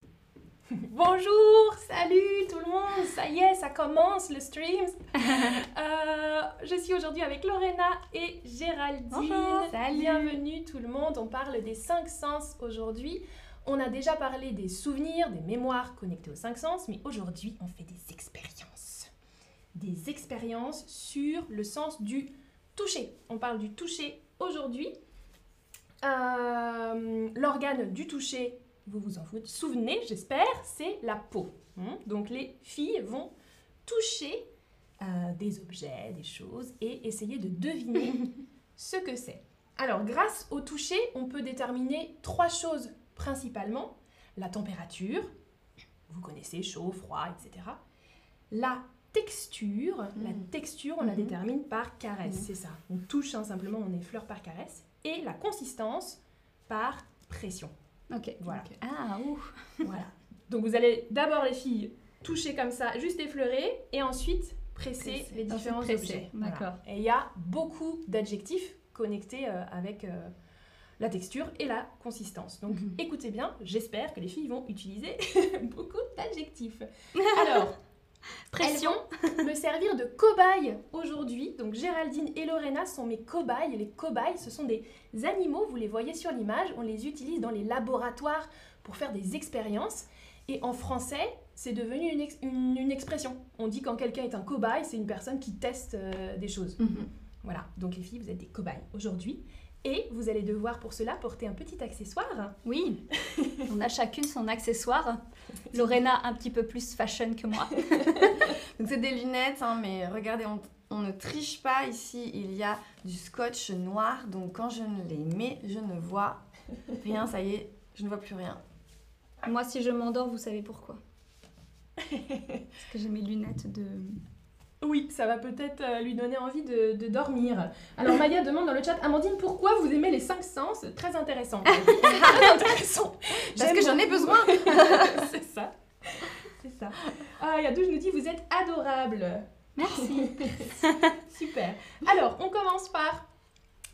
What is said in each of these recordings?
Bonjour, salut tout le monde, ça y est, ça commence le stream. Euh, je suis aujourd'hui avec Lorena et Géraldine. Bonjour, salut. Bienvenue tout le monde, on parle des cinq sens aujourd'hui. On a déjà parlé des souvenirs, des mémoires connectées aux cinq sens, mais aujourd'hui on fait des expériences. Des expériences sur le sens du toucher. On parle du toucher aujourd'hui. Euh, L'organe du toucher vous vous en fout- souvenez, j'espère, c'est la peau. hein. Donc les filles vont toucher euh, des objets, des choses et essayer de deviner ce que c'est. Alors grâce au toucher, on peut déterminer trois choses principalement. La température, vous connaissez chaud, froid, etc. La texture, la Mhm. texture on la Mhm. détermine par caresse, Mhm. c'est ça. On touche hein, simplement, on effleure par caresse. Et la consistance par pression. Ok, Voilà. donc- Ah, ouf. Voilà. Donc vous allez d'abord les filles toucher comme ça, juste effleurer, et ensuite presser Presser. les Ensuite différents presser. objets. D'accord. Voilà. Et il y a beaucoup d'adjectifs connectés euh, avec euh, la texture et la consistance. Donc Mhm. écoutez bien, j'espère que les filles vont utiliser beaucoup d'adjectifs. Alors, Pression. elles vont me servir de cobaye aujourd'hui. Donc Géraldine et Lorena sont mes cobayes. Les cobayes, ce sont des animaux, vous les voyez sur l'image, on les utilise dans les laboratoires pour faire des expériences. Et en français, c'est devenu une, ex- une- une expression. On dit quand quelqu'un est un cobaye, c'est une personne qui teste euh, des choses. Mhm. Voilà, donc les filles, vous êtes des cobayes aujourd'hui. Et vous allez devoir pour cela porter un petit accessoire. Oui, on a chacune son accessoire. Lorena, un petit peu plus fashion que moi. Donc c'est des lunettes, hein, mais regardez, on, on ne triche pas ici. Il y a du scotch noir, donc quand je ne les mets, je ne vois rien. Ça y est, je ne vois plus rien. Moi, si je m'endors, vous savez pourquoi. Parce que j'ai mes lunettes de. Oui, ça va peut-être euh, lui donner envie de, de dormir. Alors Maya demande dans le chat, Amandine, pourquoi vous aimez les cinq sens Très intéressant. Très intéressant. Parce J'aime que j'en ai besoin. C'est ça. C'est ça. Ah, Yadou nous dit Vous êtes adorable. Merci. Super. Alors, on commence par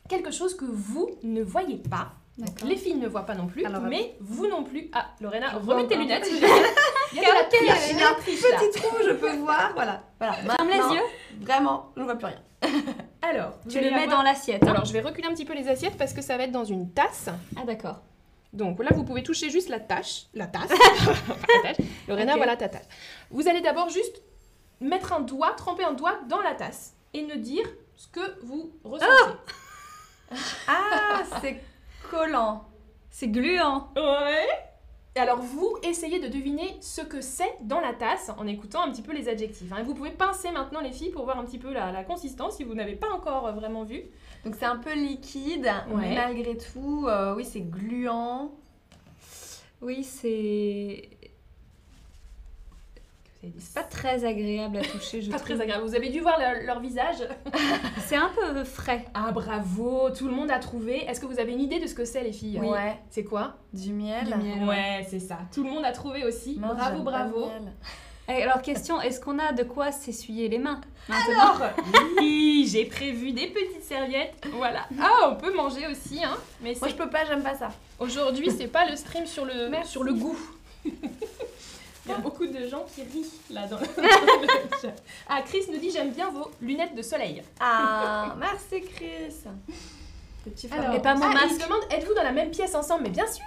quelque chose que vous ne voyez pas. Donc, D'accord. les filles ne voient pas non plus, Alors, mais vous non plus. Ah, Lorena, Je vois remets tes encore. lunettes. Il y a de la Il y a triche, il y a de la un triche, là. petit trou, je peux voir. Voilà. voilà. Ferme les Maintenant, yeux. Vraiment, je ne vois plus rien. Alors, vous Tu allez le mets avoir- dans l'assiette. hein. Alors, je vais reculer un petit peu les assiettes parce que ça va être dans une tasse. Ah, d'accord. Donc là, vous pouvez toucher juste la tache, la tasse. la tache. Lorena, Ok. voilà ta tasse. Vous allez d'abord juste mettre un doigt, tremper un doigt dans la tasse et ne dire ce que vous ressentez. Ah, c'est collant. C'est gluant. Ah ouais. Alors vous essayez de deviner ce que c'est dans la tasse en écoutant un petit peu les adjectifs. hein. Et vous pouvez pincer maintenant les filles pour voir un petit peu la, la consistance si vous n'avez pas encore euh, vraiment vu. Donc c'est un peu liquide, Ouais. mais malgré tout, euh, oui, c'est gluant. Oui, c'est. C'est pas très agréable à toucher, je Pas trouve. très agréable. Vous avez dû voir leur, leur visage. C'est un peu frais. Ah bravo, tout le monde a trouvé. Est-ce que vous avez une idée de ce que c'est les filles Ouais, C'est quoi du miel. Du miel. Ouais, c'est ça. Tout le monde a trouvé aussi. Mince, bravo, j'aime pas le bravo. miel. Eh, Alors, question est-ce qu'on a de quoi s'essuyer les mains maintenant Alors, oui, j'ai prévu des petites serviettes. Voilà. Ah, on peut manger aussi, hein. Mais Moi c'est- je peux pas, j'aime pas ça. aujourd'hui, c'est pas le stream sur le, Merci. sur le goût. Il y a beaucoup de gens qui rient là dans le chat. Ah, Chris nous dit j'aime bien vos lunettes de soleil. Ah, merci Chris. Petit frère. mais pas mon ah, et masque. Il demande êtes-vous dans la même pièce ensemble Mais bien sûr.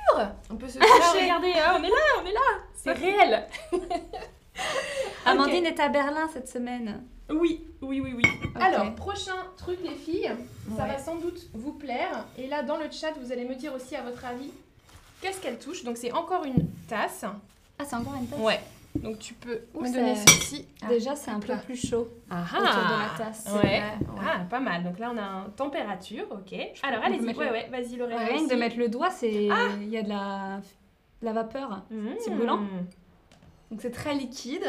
On peut se Ah, toucher. regardez, hein, on est là, on est là. C'est réel. Amandine est à Berlin cette semaine. Oui, oui, oui, oui. Ok. Alors, prochain truc, les filles, ça Ouais. va sans doute vous plaire. Et là, dans le chat, vous allez me dire aussi à votre avis qu'est-ce qu'elle touche. Donc, c'est encore une tasse. Ah, c'est encore une tasse Ouais. Donc, tu peux Ouh, me ça- donner celle-ci. Ah, Déjà, c'est un peu là. plus chaud Ah autour de la tasse. Ouais. Ouais, ouais. Ah, pas mal. Donc là, on a un température, ok. Alors, qu'on peut allez-y. mettre Ouais, le- ouais, vas-y, Lorraine. Ouais, rien que de aussi. mettre le doigt, c'est il y a de la... de la vapeur. Mmh. c'est brûlant. Donc c'est très liquide,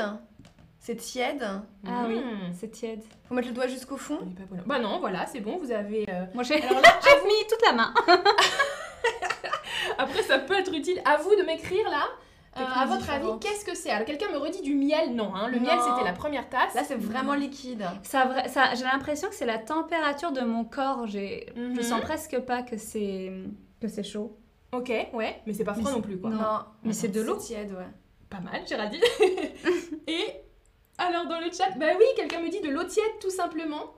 c'est tiède. Ah oui. Mmh. C'est tiède. Faut mettre le doigt jusqu'au fond. Elle est pas brûlante. Bah non, voilà, c'est bon, vous avez... euh, Moi, j'ai Alors là, j'ai mis toute la main. Après, ça peut être utile. À vous de m'écrire là. euh, Techniques à votre avis, différentes. qu'est-ce que c'est Alors, quelqu'un me redit du miel Non, hein, le Non. miel, c'était la première tasse. Là c'est vraiment liquide. Ça, vra- ça- j'ai l'impression que c'est la température de mon corps. J'ai, Mhm. Je sens presque pas que c'est que c'est chaud. Ok, ouais, mais c'est pas froid Mais non c'est- plus quoi. Non. Mais c'est de l'eau. tiède, ouais. Pas mal, Géraldine. et alors dans le chat, bah oui, quelqu'un me dit de l'eau tiède tout simplement.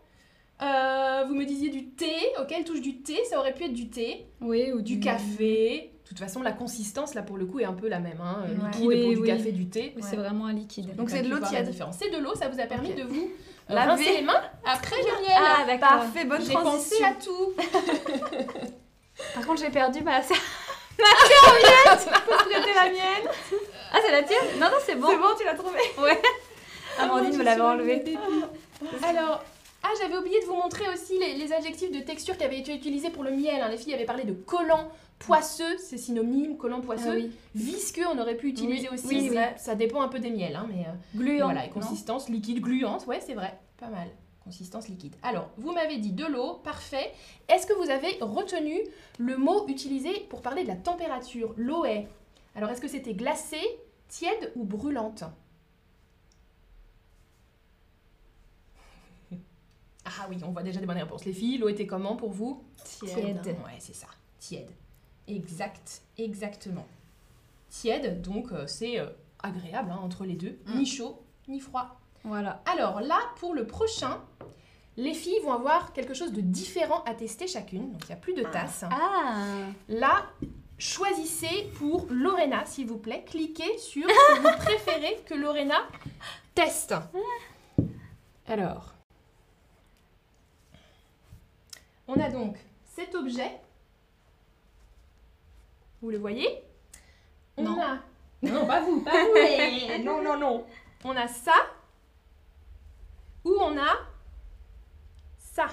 Euh, vous me disiez du thé, ok, elle touche du thé, ça aurait pu être du thé, Oui, ou du Mm. café. De toute façon, la consistance là pour le coup est un peu la même, hein, Ouais. liquide Oui, pour du oui. café, du thé. Bah, Mais Ouais. c'est vraiment un liquide. Donc, c'est de l'eau Voir la tiède. différence. C'est de l'eau, ça vous a permis Ok. de vous euh, Laver. rincer les mains après Muriel. Ah, d'accord. Parfait, bonne J'ai pensé transition. à tout. Par contre, j'ai perdu ma serviette. Ma serviette C'était la mienne Ah, c'est la tienne Non, non, c'est bon. C'est bon, tu l'as trouvé Amandine me l'avait enlevée. Alors, ah, j'avais oublié de vous montrer aussi les, les adjectifs de texture qui avaient été utilisés pour le miel. hein. Les filles avaient parlé de collant, poisseux, c'est synonyme, collant Ah poisseux. oui. Visqueux, on aurait pu utiliser Oui, aussi. oui, c'est- oui. Ça dépend un peu des miels, hein, mais euh, Gluant. voilà, et non consistance liquide, gluante, ouais, c'est vrai, pas mal. Consistance liquide. Alors, vous m'avez dit de l'eau, parfait. Est-ce que vous avez retenu le mot utilisé pour parler de la température L'eau est. Alors, est-ce que c'était glacée, tiède ou brûlante Ah oui, on voit déjà des bonnes réponses. Les filles, l'eau était comment pour vous Tiède. Ouais, c'est ça. Tiède. Exact, exactement. Tiède, donc euh, c'est euh, agréable hein, entre les deux, Mm. ni chaud ni froid. Voilà. Alors là, pour le prochain, les filles vont avoir quelque chose de différent à tester chacune. Donc il n'y a plus de Ah. tasse. Ah Là, choisissez pour Lorena, s'il vous plaît. Cliquez sur ce que vous préférez que Lorena teste. Alors, on a donc cet objet. Vous le voyez On Non. a. Non, pas vous, pas vous. non, non, non. On a ça. Ou on a ça.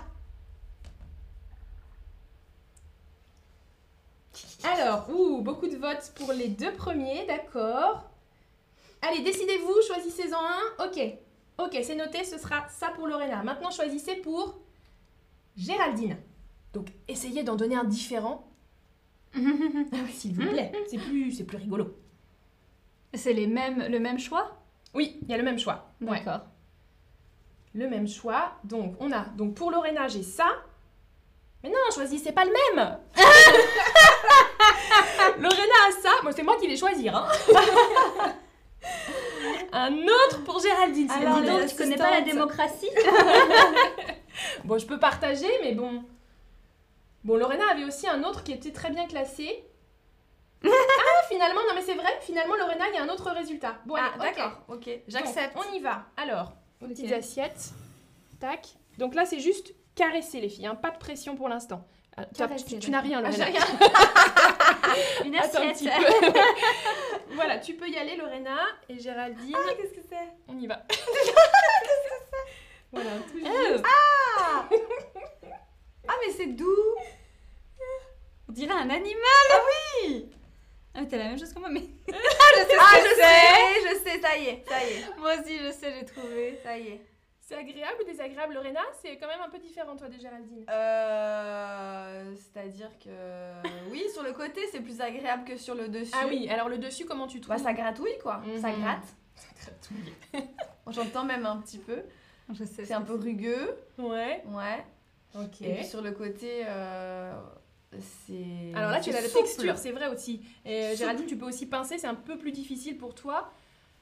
Alors, ouh, beaucoup de votes pour les deux premiers, d'accord. Allez, décidez-vous, choisissez-en un. Ok, ok, c'est noté, ce sera ça pour Lorena. Maintenant, choisissez pour Géraldine. Donc, essayez d'en donner un différent, Ah. s'il vous plaît. C'est plus, c'est plus rigolo. C'est les mêmes, le même choix Oui, il y a le même choix. Ouais. D'accord. Le même choix. Donc, on a. Donc, pour Lorena, j'ai ça. Mais non, choisissez pas le même Lorena a ça. Moi, c'est moi qui vais choisir. hein. Un autre pour Géraldine. c'est Alors, dis dis donc, donc, tu connais pas la assistante. démocratie Bon, je peux partager, mais bon. Bon, Lorena avait aussi un autre qui était très bien classé. ah, finalement, non, mais c'est vrai, finalement, Lorena, il y a un autre résultat. Bon, Ah, allez, ok. d'accord, ok. J'accepte. Bon, on y va. Alors, aux Ok. petites assiettes. Tac. Donc là, c'est juste caresser les filles, hein, pas de pression pour l'instant. Ah, t'as- Caresser, tu tu n'as d'accord. rien, Ah, Lorena. j'ai rien. Une Attends un petit assiette peu. voilà, tu peux y aller, Lorena et Géraldine. Qu'est-ce Ah que c'est On y va. voilà, tout Euh, juste. Ah, mais c'est doux On dirait un animal oui. Ah, mais t'as la même chose que moi, mais Ah, je sais, je sais, ça y est, ça y est, moi aussi, je sais, j'ai trouvé. ça y est. C'est agréable ou désagréable, Lorena C'est quand même un peu différent, toi, de Géraldine. Euh, C'est-à-dire que oui, sur le côté, c'est plus agréable que sur le dessus. Ah oui, alors le dessus, comment tu trouves Bah, ça gratouille, quoi. Ça Mhm. gratte. J'entends même un petit peu. Je sais. C'est un peu rugueux. Ouais, Ouais. ok. Et puis sur le côté, euh, c'est. Alors là, tu c'est as la souple. texture, c'est vrai aussi. Et euh, Souple. Géraldine, tu peux aussi pincer, c'est un peu plus difficile pour toi.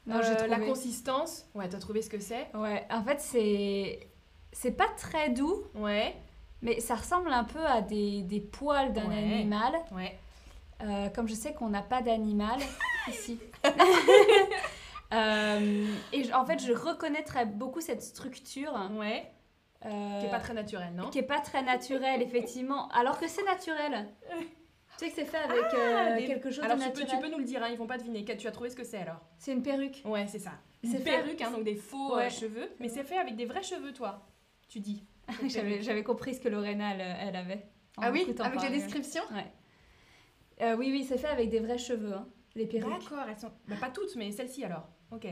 Non, j'ai Euh, trouvé. La consistance. Ouais, t'as trouvé ce que c'est Ouais, en fait, c'est. C'est pas très doux, Ouais, mais ça ressemble un peu à des, des poils d'un Ouais. animal. ouais. Euh, comme je sais qu'on n'a pas d'animal ici. Euh, et je- en fait, je reconnaîtrais beaucoup cette structure. Ouais. euh, Qui est pas très naturel, non qui est pas très naturelle, effectivement. Alors que c'est naturel. Tu sais que c'est fait avec euh, Ah, des- quelque chose Alors de tu peux, naturel. tu peux nous le dire, hein, ils vont pas deviner. Kat, Tu as trouvé ce que c'est alors C'est une perruque. Ouais, c'est ça. C'est Une fait- perruque, hein, donc des faux euh, Ouais. cheveux. Mais c'est fait avec des vrais cheveux, toi. Tu dis. J'avais j'avais compris ce que Lorena, elle, elle avait. en Ah oui, m'écoutant avec les parler. descriptions. Euh, Oui, oui, c'est fait avec des vrais cheveux, hein, les perruques. D'accord, elles sont. Bah, pas toutes, mais celle-ci alors. Ok.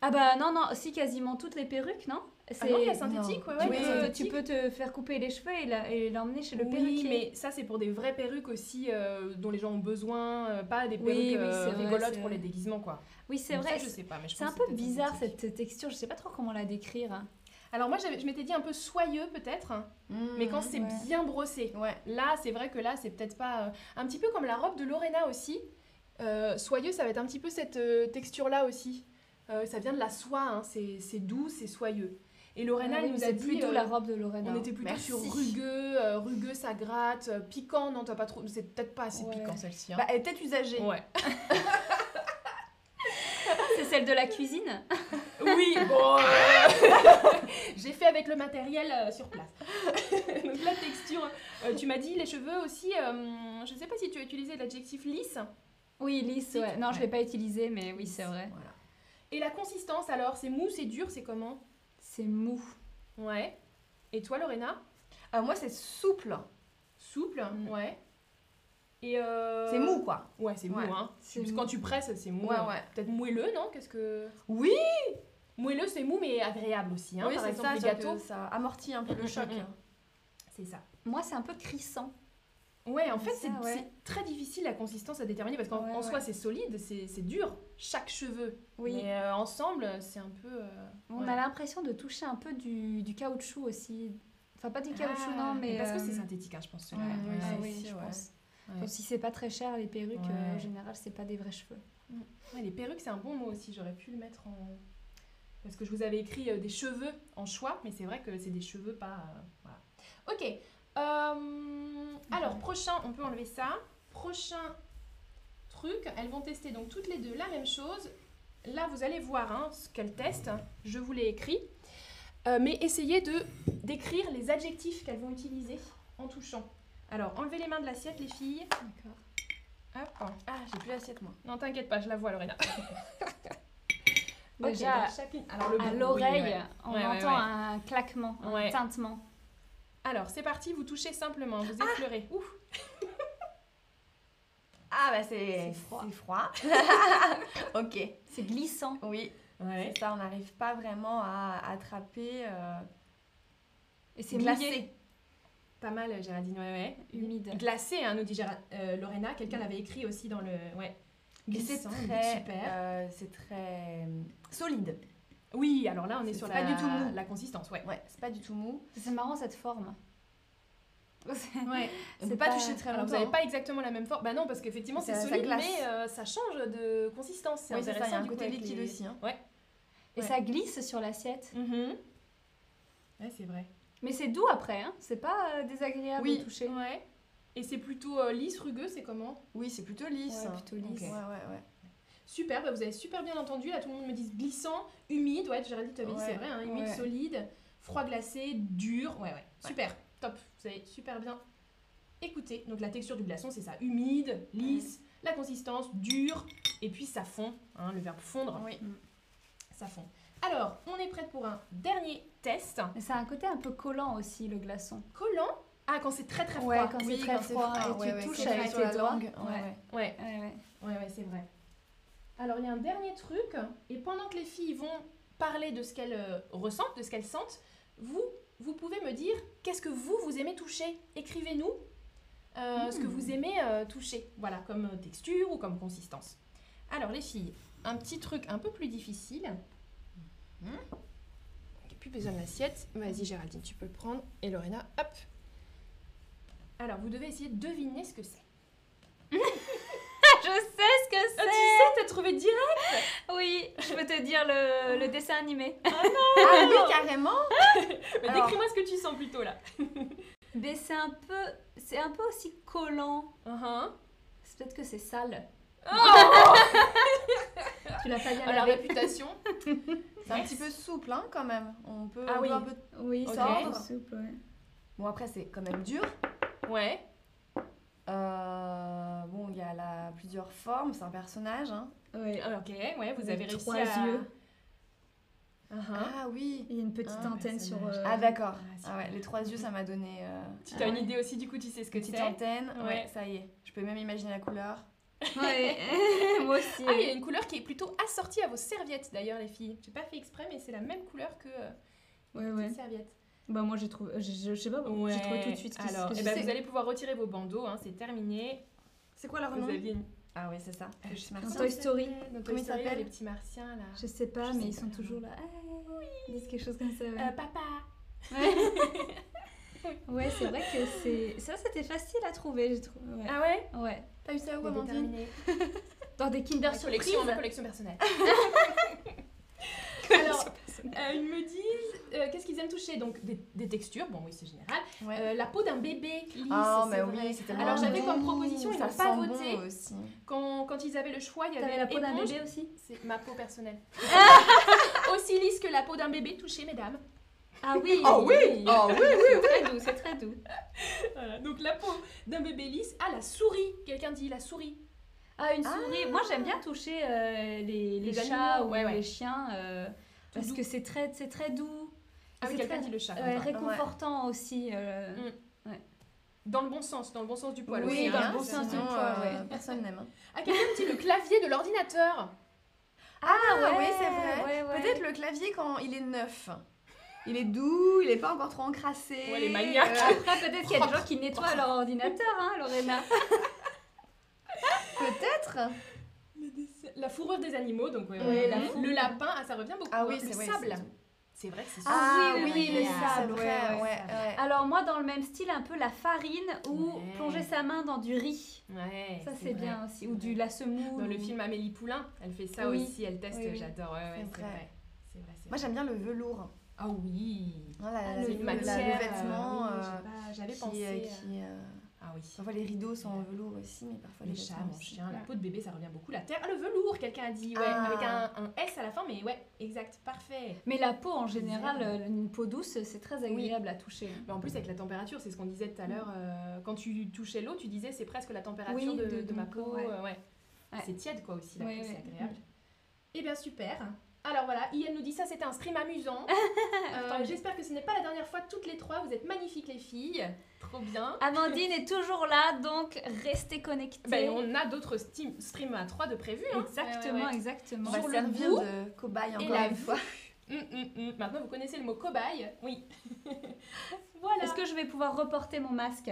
Ah bah non, non, si quasiment toutes les perruques, non Ah non, il y a C'est- synthétique, ouais, tu, ouais. Oui, il y a peux, synthétique. tu peux te faire couper les cheveux et la- et l'emmener chez le Oui, perruquier. mais ça c'est pour des vraies perruques aussi euh, dont les gens ont besoin, euh, pas des Oui, perruques oui, euh, c'est vrai, rigolotes c'est pour les vrai. déguisements quoi. Oui, c'est Donc vrai. ça, je sais pas, mais je C'est pense un que peu peut-être bizarre synthétique. Ah, cette texture, je sais pas trop comment la décrire. hein. Alors moi j'avais- je m'étais dit un peu soyeux peut-être, hein, mais quand c'est ouais. bien brossé. Hmm. Ouais. Là, c'est vrai que là, c'est peut-être pas euh, un petit peu comme la robe de Lorena aussi. Euh, soyeux, ça va être un petit peu cette euh, texture-là aussi. Euh, ça vient de la soie, hein, c'est c'est doux, c'est soyeux. Et Lorena, Lorena, elle nous a dit... plutôt euh, la robe de hein. Lorena. on était plutôt Merci. sur rugueux, euh, rugueux ça gratte, euh, piquant, non t'as pas trop, c'est peut-être pas assez Ouais. piquant celle-ci. hein. Bah, elle est peut-être usagée. ouais. C'est celle de la cuisine. Oui, bon. euh, J'ai fait avec le matériel euh, sur place. Donc la texture. euh, tu m'as dit les cheveux aussi. euh, je ne sais pas si tu as utilisé l'adjectif lisse. Oui, lisse, ouais. Non, je l'ai pas utilisée, mais oui, c'est vrai. Voilà. Et la consistance alors, c'est mou, c'est dur, c'est comment C'est mou. Ouais. Et toi, Lorena Euh, moi, c'est souple. Souple. Mm. Ouais. Et euh, C'est mou, quoi. Ouais, c'est mou. Ouais, Hein. c'est Parce que mou. quand tu presses, c'est mou. Ouais, hein. ouais. Peut-être moelleux, non Qu'est-ce que Oui, moelleux, c'est mou, mais agréable aussi. Hein. oui Par c'est exemple, ça, les sauf que gâteaux, Ça amortit un peu Mm, le choc. mm, c'est ça. Moi, c'est un peu crissant. Ouais, en C'est fait, c'est ça, ouais. c'est très difficile la consistance à déterminer parce qu'en Ouais, en soi, ouais. c'est solide, c'est c'est dur, chaque cheveu. Oui. Mais euh, ensemble, c'est un peu. euh, On ouais. a l'impression de toucher un peu du, du caoutchouc aussi. Enfin, pas du caoutchouc, Ah, non, mais. Parce que euh, c'est synthétique, hein, je pense. Ouais, celui-là. oui, Ah c'est- oui, si, je ouais. pense. Ouais. Enfin, si c'est pas très cher, les perruques, Ouais. euh, en général, c'est pas des vrais cheveux. Ouais, les perruques, c'est un bon mot aussi, j'aurais pu le mettre en. Parce que je vous avais écrit euh, des cheveux en choix, mais c'est vrai que c'est des cheveux pas. euh, voilà. Ok. euh, alors, prochain, on peut enlever ça. Prochain truc, elles vont tester donc toutes les deux la même chose. Là, vous allez voir hein, ce qu'elles testent. Je vous l'ai écrit. Euh, mais essayez de décrire les adjectifs qu'elles vont utiliser en touchant. Alors, enlevez les mains de l'assiette, les filles. D'accord. Hop. Ah, j'ai plus l'assiette, moi. Non, t'inquiète pas, je la vois, Lorena. Ok, Déjà, donc chacune- Alors, le à bruit, l'oreille, ouais. on Ouais, ouais, entend ouais. un claquement, un Ouais. tintement. Alors, c'est parti, vous touchez simplement, vous effleurez. Ouf. Ah, bah, C'est c'est froid. C'est froid. ok, C'est glissant. oui. Ouais. Ça, on n'arrive pas vraiment à attraper. euh, Et c'est glacé. mouillé. Pas mal, Géraldine, ouais, ouais. Humide. Glacé, hein, nous dit Géra- euh, Lorena. Quelqu'un l'avait écrit aussi dans le. Ouais. Mm. Et c'est Glissant, très, super. euh, c'est très euh, solide. Oui, alors là, on est, c'est sur pas la, du tout mou. la consistance, ouais. Ouais, c'est pas du tout mou. C'est marrant cette forme. ouais. On C'est peut pas, pas- toucher très Alors, vous longtemps. hein. n'avez pas exactement la même forme. Bah non, parce qu'effectivement, c'est Ça- ça solide, glace. mais euh, ça change de consistance. C'est Oui, c'est intéressant. ça, il y a un du coup, côté avec liquide les- aussi. hein. Et Ouais. ça glisse sur l'assiette. Mhm. Ouais, c'est vrai. Mais c'est doux après, hein. c'est pas euh, désagréable Oui. au toucher. Ouais. Et c'est plutôt euh, lisse, rugueux, c'est comment Oui, c'est plutôt lisse. hein. Ouais, plutôt lisse. Ouais, ouais, ouais. Super, bah vous avez super bien entendu. Là, tout le monde me dit glissant, humide. Ouais, Géraldine, tu avais dit, Ouais, c'est vrai, hein, humide, ouais. solide, froid glacé, dur. Ouais, ouais, Super, top. Vous avez super bien écouté. Donc, la texture du glaçon, c'est ça humide, lisse, la consistance, dur, et puis ça fond. hein, le verbe fondre, Oui. ça fond. Alors, on est prête pour un dernier test. Mais ça a un côté un peu collant aussi, le glaçon. Collant. Ah, quand c'est très très froid. Ouais, quand Oui, c'est très quand froid, froid, et ouais, tu ouais, touches quand avec c'est sur tes la doigts. langue, ouais, ouais. Ouais. Ouais, ouais. Ouais, ouais, c'est vrai. Alors, il y a un dernier truc, et pendant que les filles vont parler de ce qu'elles euh, ressentent, de ce qu'elles sentent, vous, vous pouvez me dire qu'est-ce que vous, vous aimez toucher. Écrivez-nous euh, ce que vous aimez euh, toucher, voilà, comme euh, texture ou comme consistance. Alors, les filles, un petit truc un peu plus difficile. Hein? Mhm. Il n'y a plus besoin de l'assiette. Vas-y, Géraldine, tu peux le prendre. Et Lorena, hop. Alors, vous devez essayer de deviner ce que c'est. Je sais ce que Ah, tu c'est sais, t'as trouvé direct Oui, je peux te dire le, le dessin animé. Ah oui, carrément Mais Alors- Décris-moi ce que tu sens plutôt là. Mais c'est un peu, c'est un peu aussi collant. C'est peut-être que c'est sale. Tu l'as pas bien lavé. Ah, la réputation. C'est un petit peu souple, hein, quand même. On peut, Ah on peut oui. un peu... Oui, Ok. c'est un peu souple. ouais. Bon, après, c'est quand même dur. Ouais. Euh, Bon, il y a la... plusieurs formes, c'est un personnage. hein. Ouais. Euh, Ok, ouais, vous Avec avez réussi trois à... yeux. Uh-huh. Ah oui Il y a une petite Ah, antenne sur. personnage. euh, Ah d'accord. ah, c'est Ah ouais, les trois yeux, ça m'a donné... euh, Tu as ah une ouais. idée aussi, du coup, tu sais ce que tu Petite t'es. antenne, Ouais. ouais, ça y est. Je peux même imaginer la couleur. ouais. Moi aussi. Ah, ouais. il y a une couleur qui est plutôt assortie à vos serviettes, d'ailleurs, les filles. J'ai pas fait exprès, mais c'est la même couleur que euh, Ouais, les ouais. petites serviettes. Bah moi j'ai trouvé, je, je- je sais pas, j'ai trouvé tout de suite. qu'est-ce Alors, que eh je ben, sais. vous allez pouvoir retirer vos bandeaux, hein, c'est terminé. C'est quoi leur Vous aviez une... Ah oui, c'est ça. Je suis Dans martienne. Toy Story. Dans Toy Comment ils Story, s'appellent les petits martiens, là. Je sais pas, Je mais sais ils pas sont vraiment. toujours là. Ah, Ils disent quelque chose comme ça. Euh, Ouais, papa Ouais. Ouais, c'est vrai que c'est ça, c'était facile à trouver, j'ai trouvé. Ouais. Ah ouais ouais. T'as eu ça où, Des Amandine déterminés. dans des Kinder Ma Surprise. collection, ma collection personnelle. Alors, euh, ils me disent euh, qu'est-ce qu'ils aiment toucher Donc des, des textures, bon oui c'est général. Ouais. Euh, la peau d'un bébé lisse, Ah, c'est mais vrai. oui, c'était Alors, j'avais comme proposition, il ça n'a pas sent voté. Bon aussi. Quand, quand ils avaient le choix, il y T'avais avait la peau d'un éponge. bébé aussi C'est ma peau personnelle. Aussi lisse que la peau d'un bébé, touchez mesdames. Ah oui Ah oui Ah oui, oui, C'est très doux, c'est très doux. Voilà, donc la peau d'un bébé lisse. Ah, la souris Quelqu'un dit la souris. Ah, une souris Moi, j'aime bien toucher euh, les, les, Les chats animaux, ou ouais, ouais. les chiens euh, parce doux. que c'est très, c'est très doux. Ah oui, C'est quelqu'un très- dit le chat. Ouais, Quentin. réconfortant aussi. euh, Mm. Dans le bon sens, dans le bon sens du poil aussi. oui, dans hein, le bon c'est- sens du sinon, poil, euh, ouais. Personne n'aime. hein. Ah, quelqu'un dit le clavier de l'ordinateur. Ah ouais, c'est vrai. ouais, ouais. Peut-être le clavier quand il est neuf. Il est doux, il est pas encore trop encrassé. Ouais, les maniaques. Après, peut-être qu'il y a des gens qui nettoient leur ordinateur, hein, Lorena. Euh, Peut-être. La fourrure des animaux, donc ouais, Oui, ouais. la le lapin, ah, ça revient beaucoup. Ah oui, le c'est vrai, sable. c'est- C'est vrai que c'est ça. Ah oui, oui, le le sable. sable, Ouais, ouais, ouais, ouais, ouais. Alors moi, dans le même style, un peu la farine ou Ouais. plonger sa main dans du riz. Ouais, Ça, vrai. c'est bien aussi. Ou vrai. du la semoule. Dans le ou- film Amélie Poulain, elle fait ça Oui. aussi, elle teste, Oui, oui. j'adore. Ouais, ouais, C'est c'est vrai. vrai. C'est vrai, c'est Moi vrai. j'aime bien le velours. Ah oui. Ah, la- Ah, la- le la- velours, la- matière, le vêtement. euh, oui, euh, j'ai pas- J'avais qui, pensé. euh, euh, qui, euh, Ah oui. Parfois les rideaux sont en velours aussi, mais parfois les, Les chats, vêtements mon aussi. chien, la peau de bébé, ça revient beaucoup. La terre, ah, le velours, quelqu'un a dit, ouais, Ah. avec un, un S à la fin, mais ouais, exact, parfait. Mais la peau, en général, euh, une peau douce, c'est très agréable à toucher. Mais en plus, avec la température, c'est ce qu'on disait Mm. tout à l'heure, euh, quand tu touchais l'eau, tu disais c'est presque la température Oui, de, de- de de ma mon peau. corps, ouais. euh, ouais. Ouais. C'est tiède, quoi, aussi, la Ouais, peau, c'est ouais. agréable. Eh bien, super. Alors voilà, Ian nous dit ça, c'était un stream amusant. Euh, Tant mieux. J'espère que ce n'est pas la dernière fois, toutes les trois, vous êtes magnifiques, les filles. Trop bien. Amandine est toujours là, donc restez connectés. Ben, on a d'autres steam- streams à trois de prévus. hein. Exactement, Ouais, ouais, ouais. exactement. On va Sur le servir bout de cobaye encore la une fois. Hum, hum, hum. Maintenant, vous connaissez le mot cobaye. Oui. voilà. Est-ce que je vais pouvoir reporter mon masque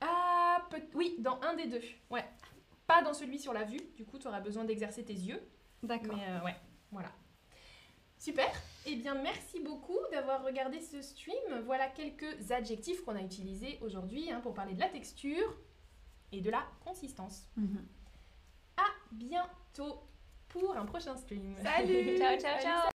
Ah, peut- oui, dans un des deux. Ouais. Pas dans celui sur la vue, du coup, tu auras besoin d'exercer tes yeux. D'accord. Mais euh, ouais, voilà. Super. Eh bien, merci beaucoup d'avoir regardé ce stream. Voilà quelques adjectifs qu'on a utilisés aujourd'hui hein, pour parler de la texture et de la consistance. Mhm. À bientôt pour un prochain stream. Ciao, ciao, ciao.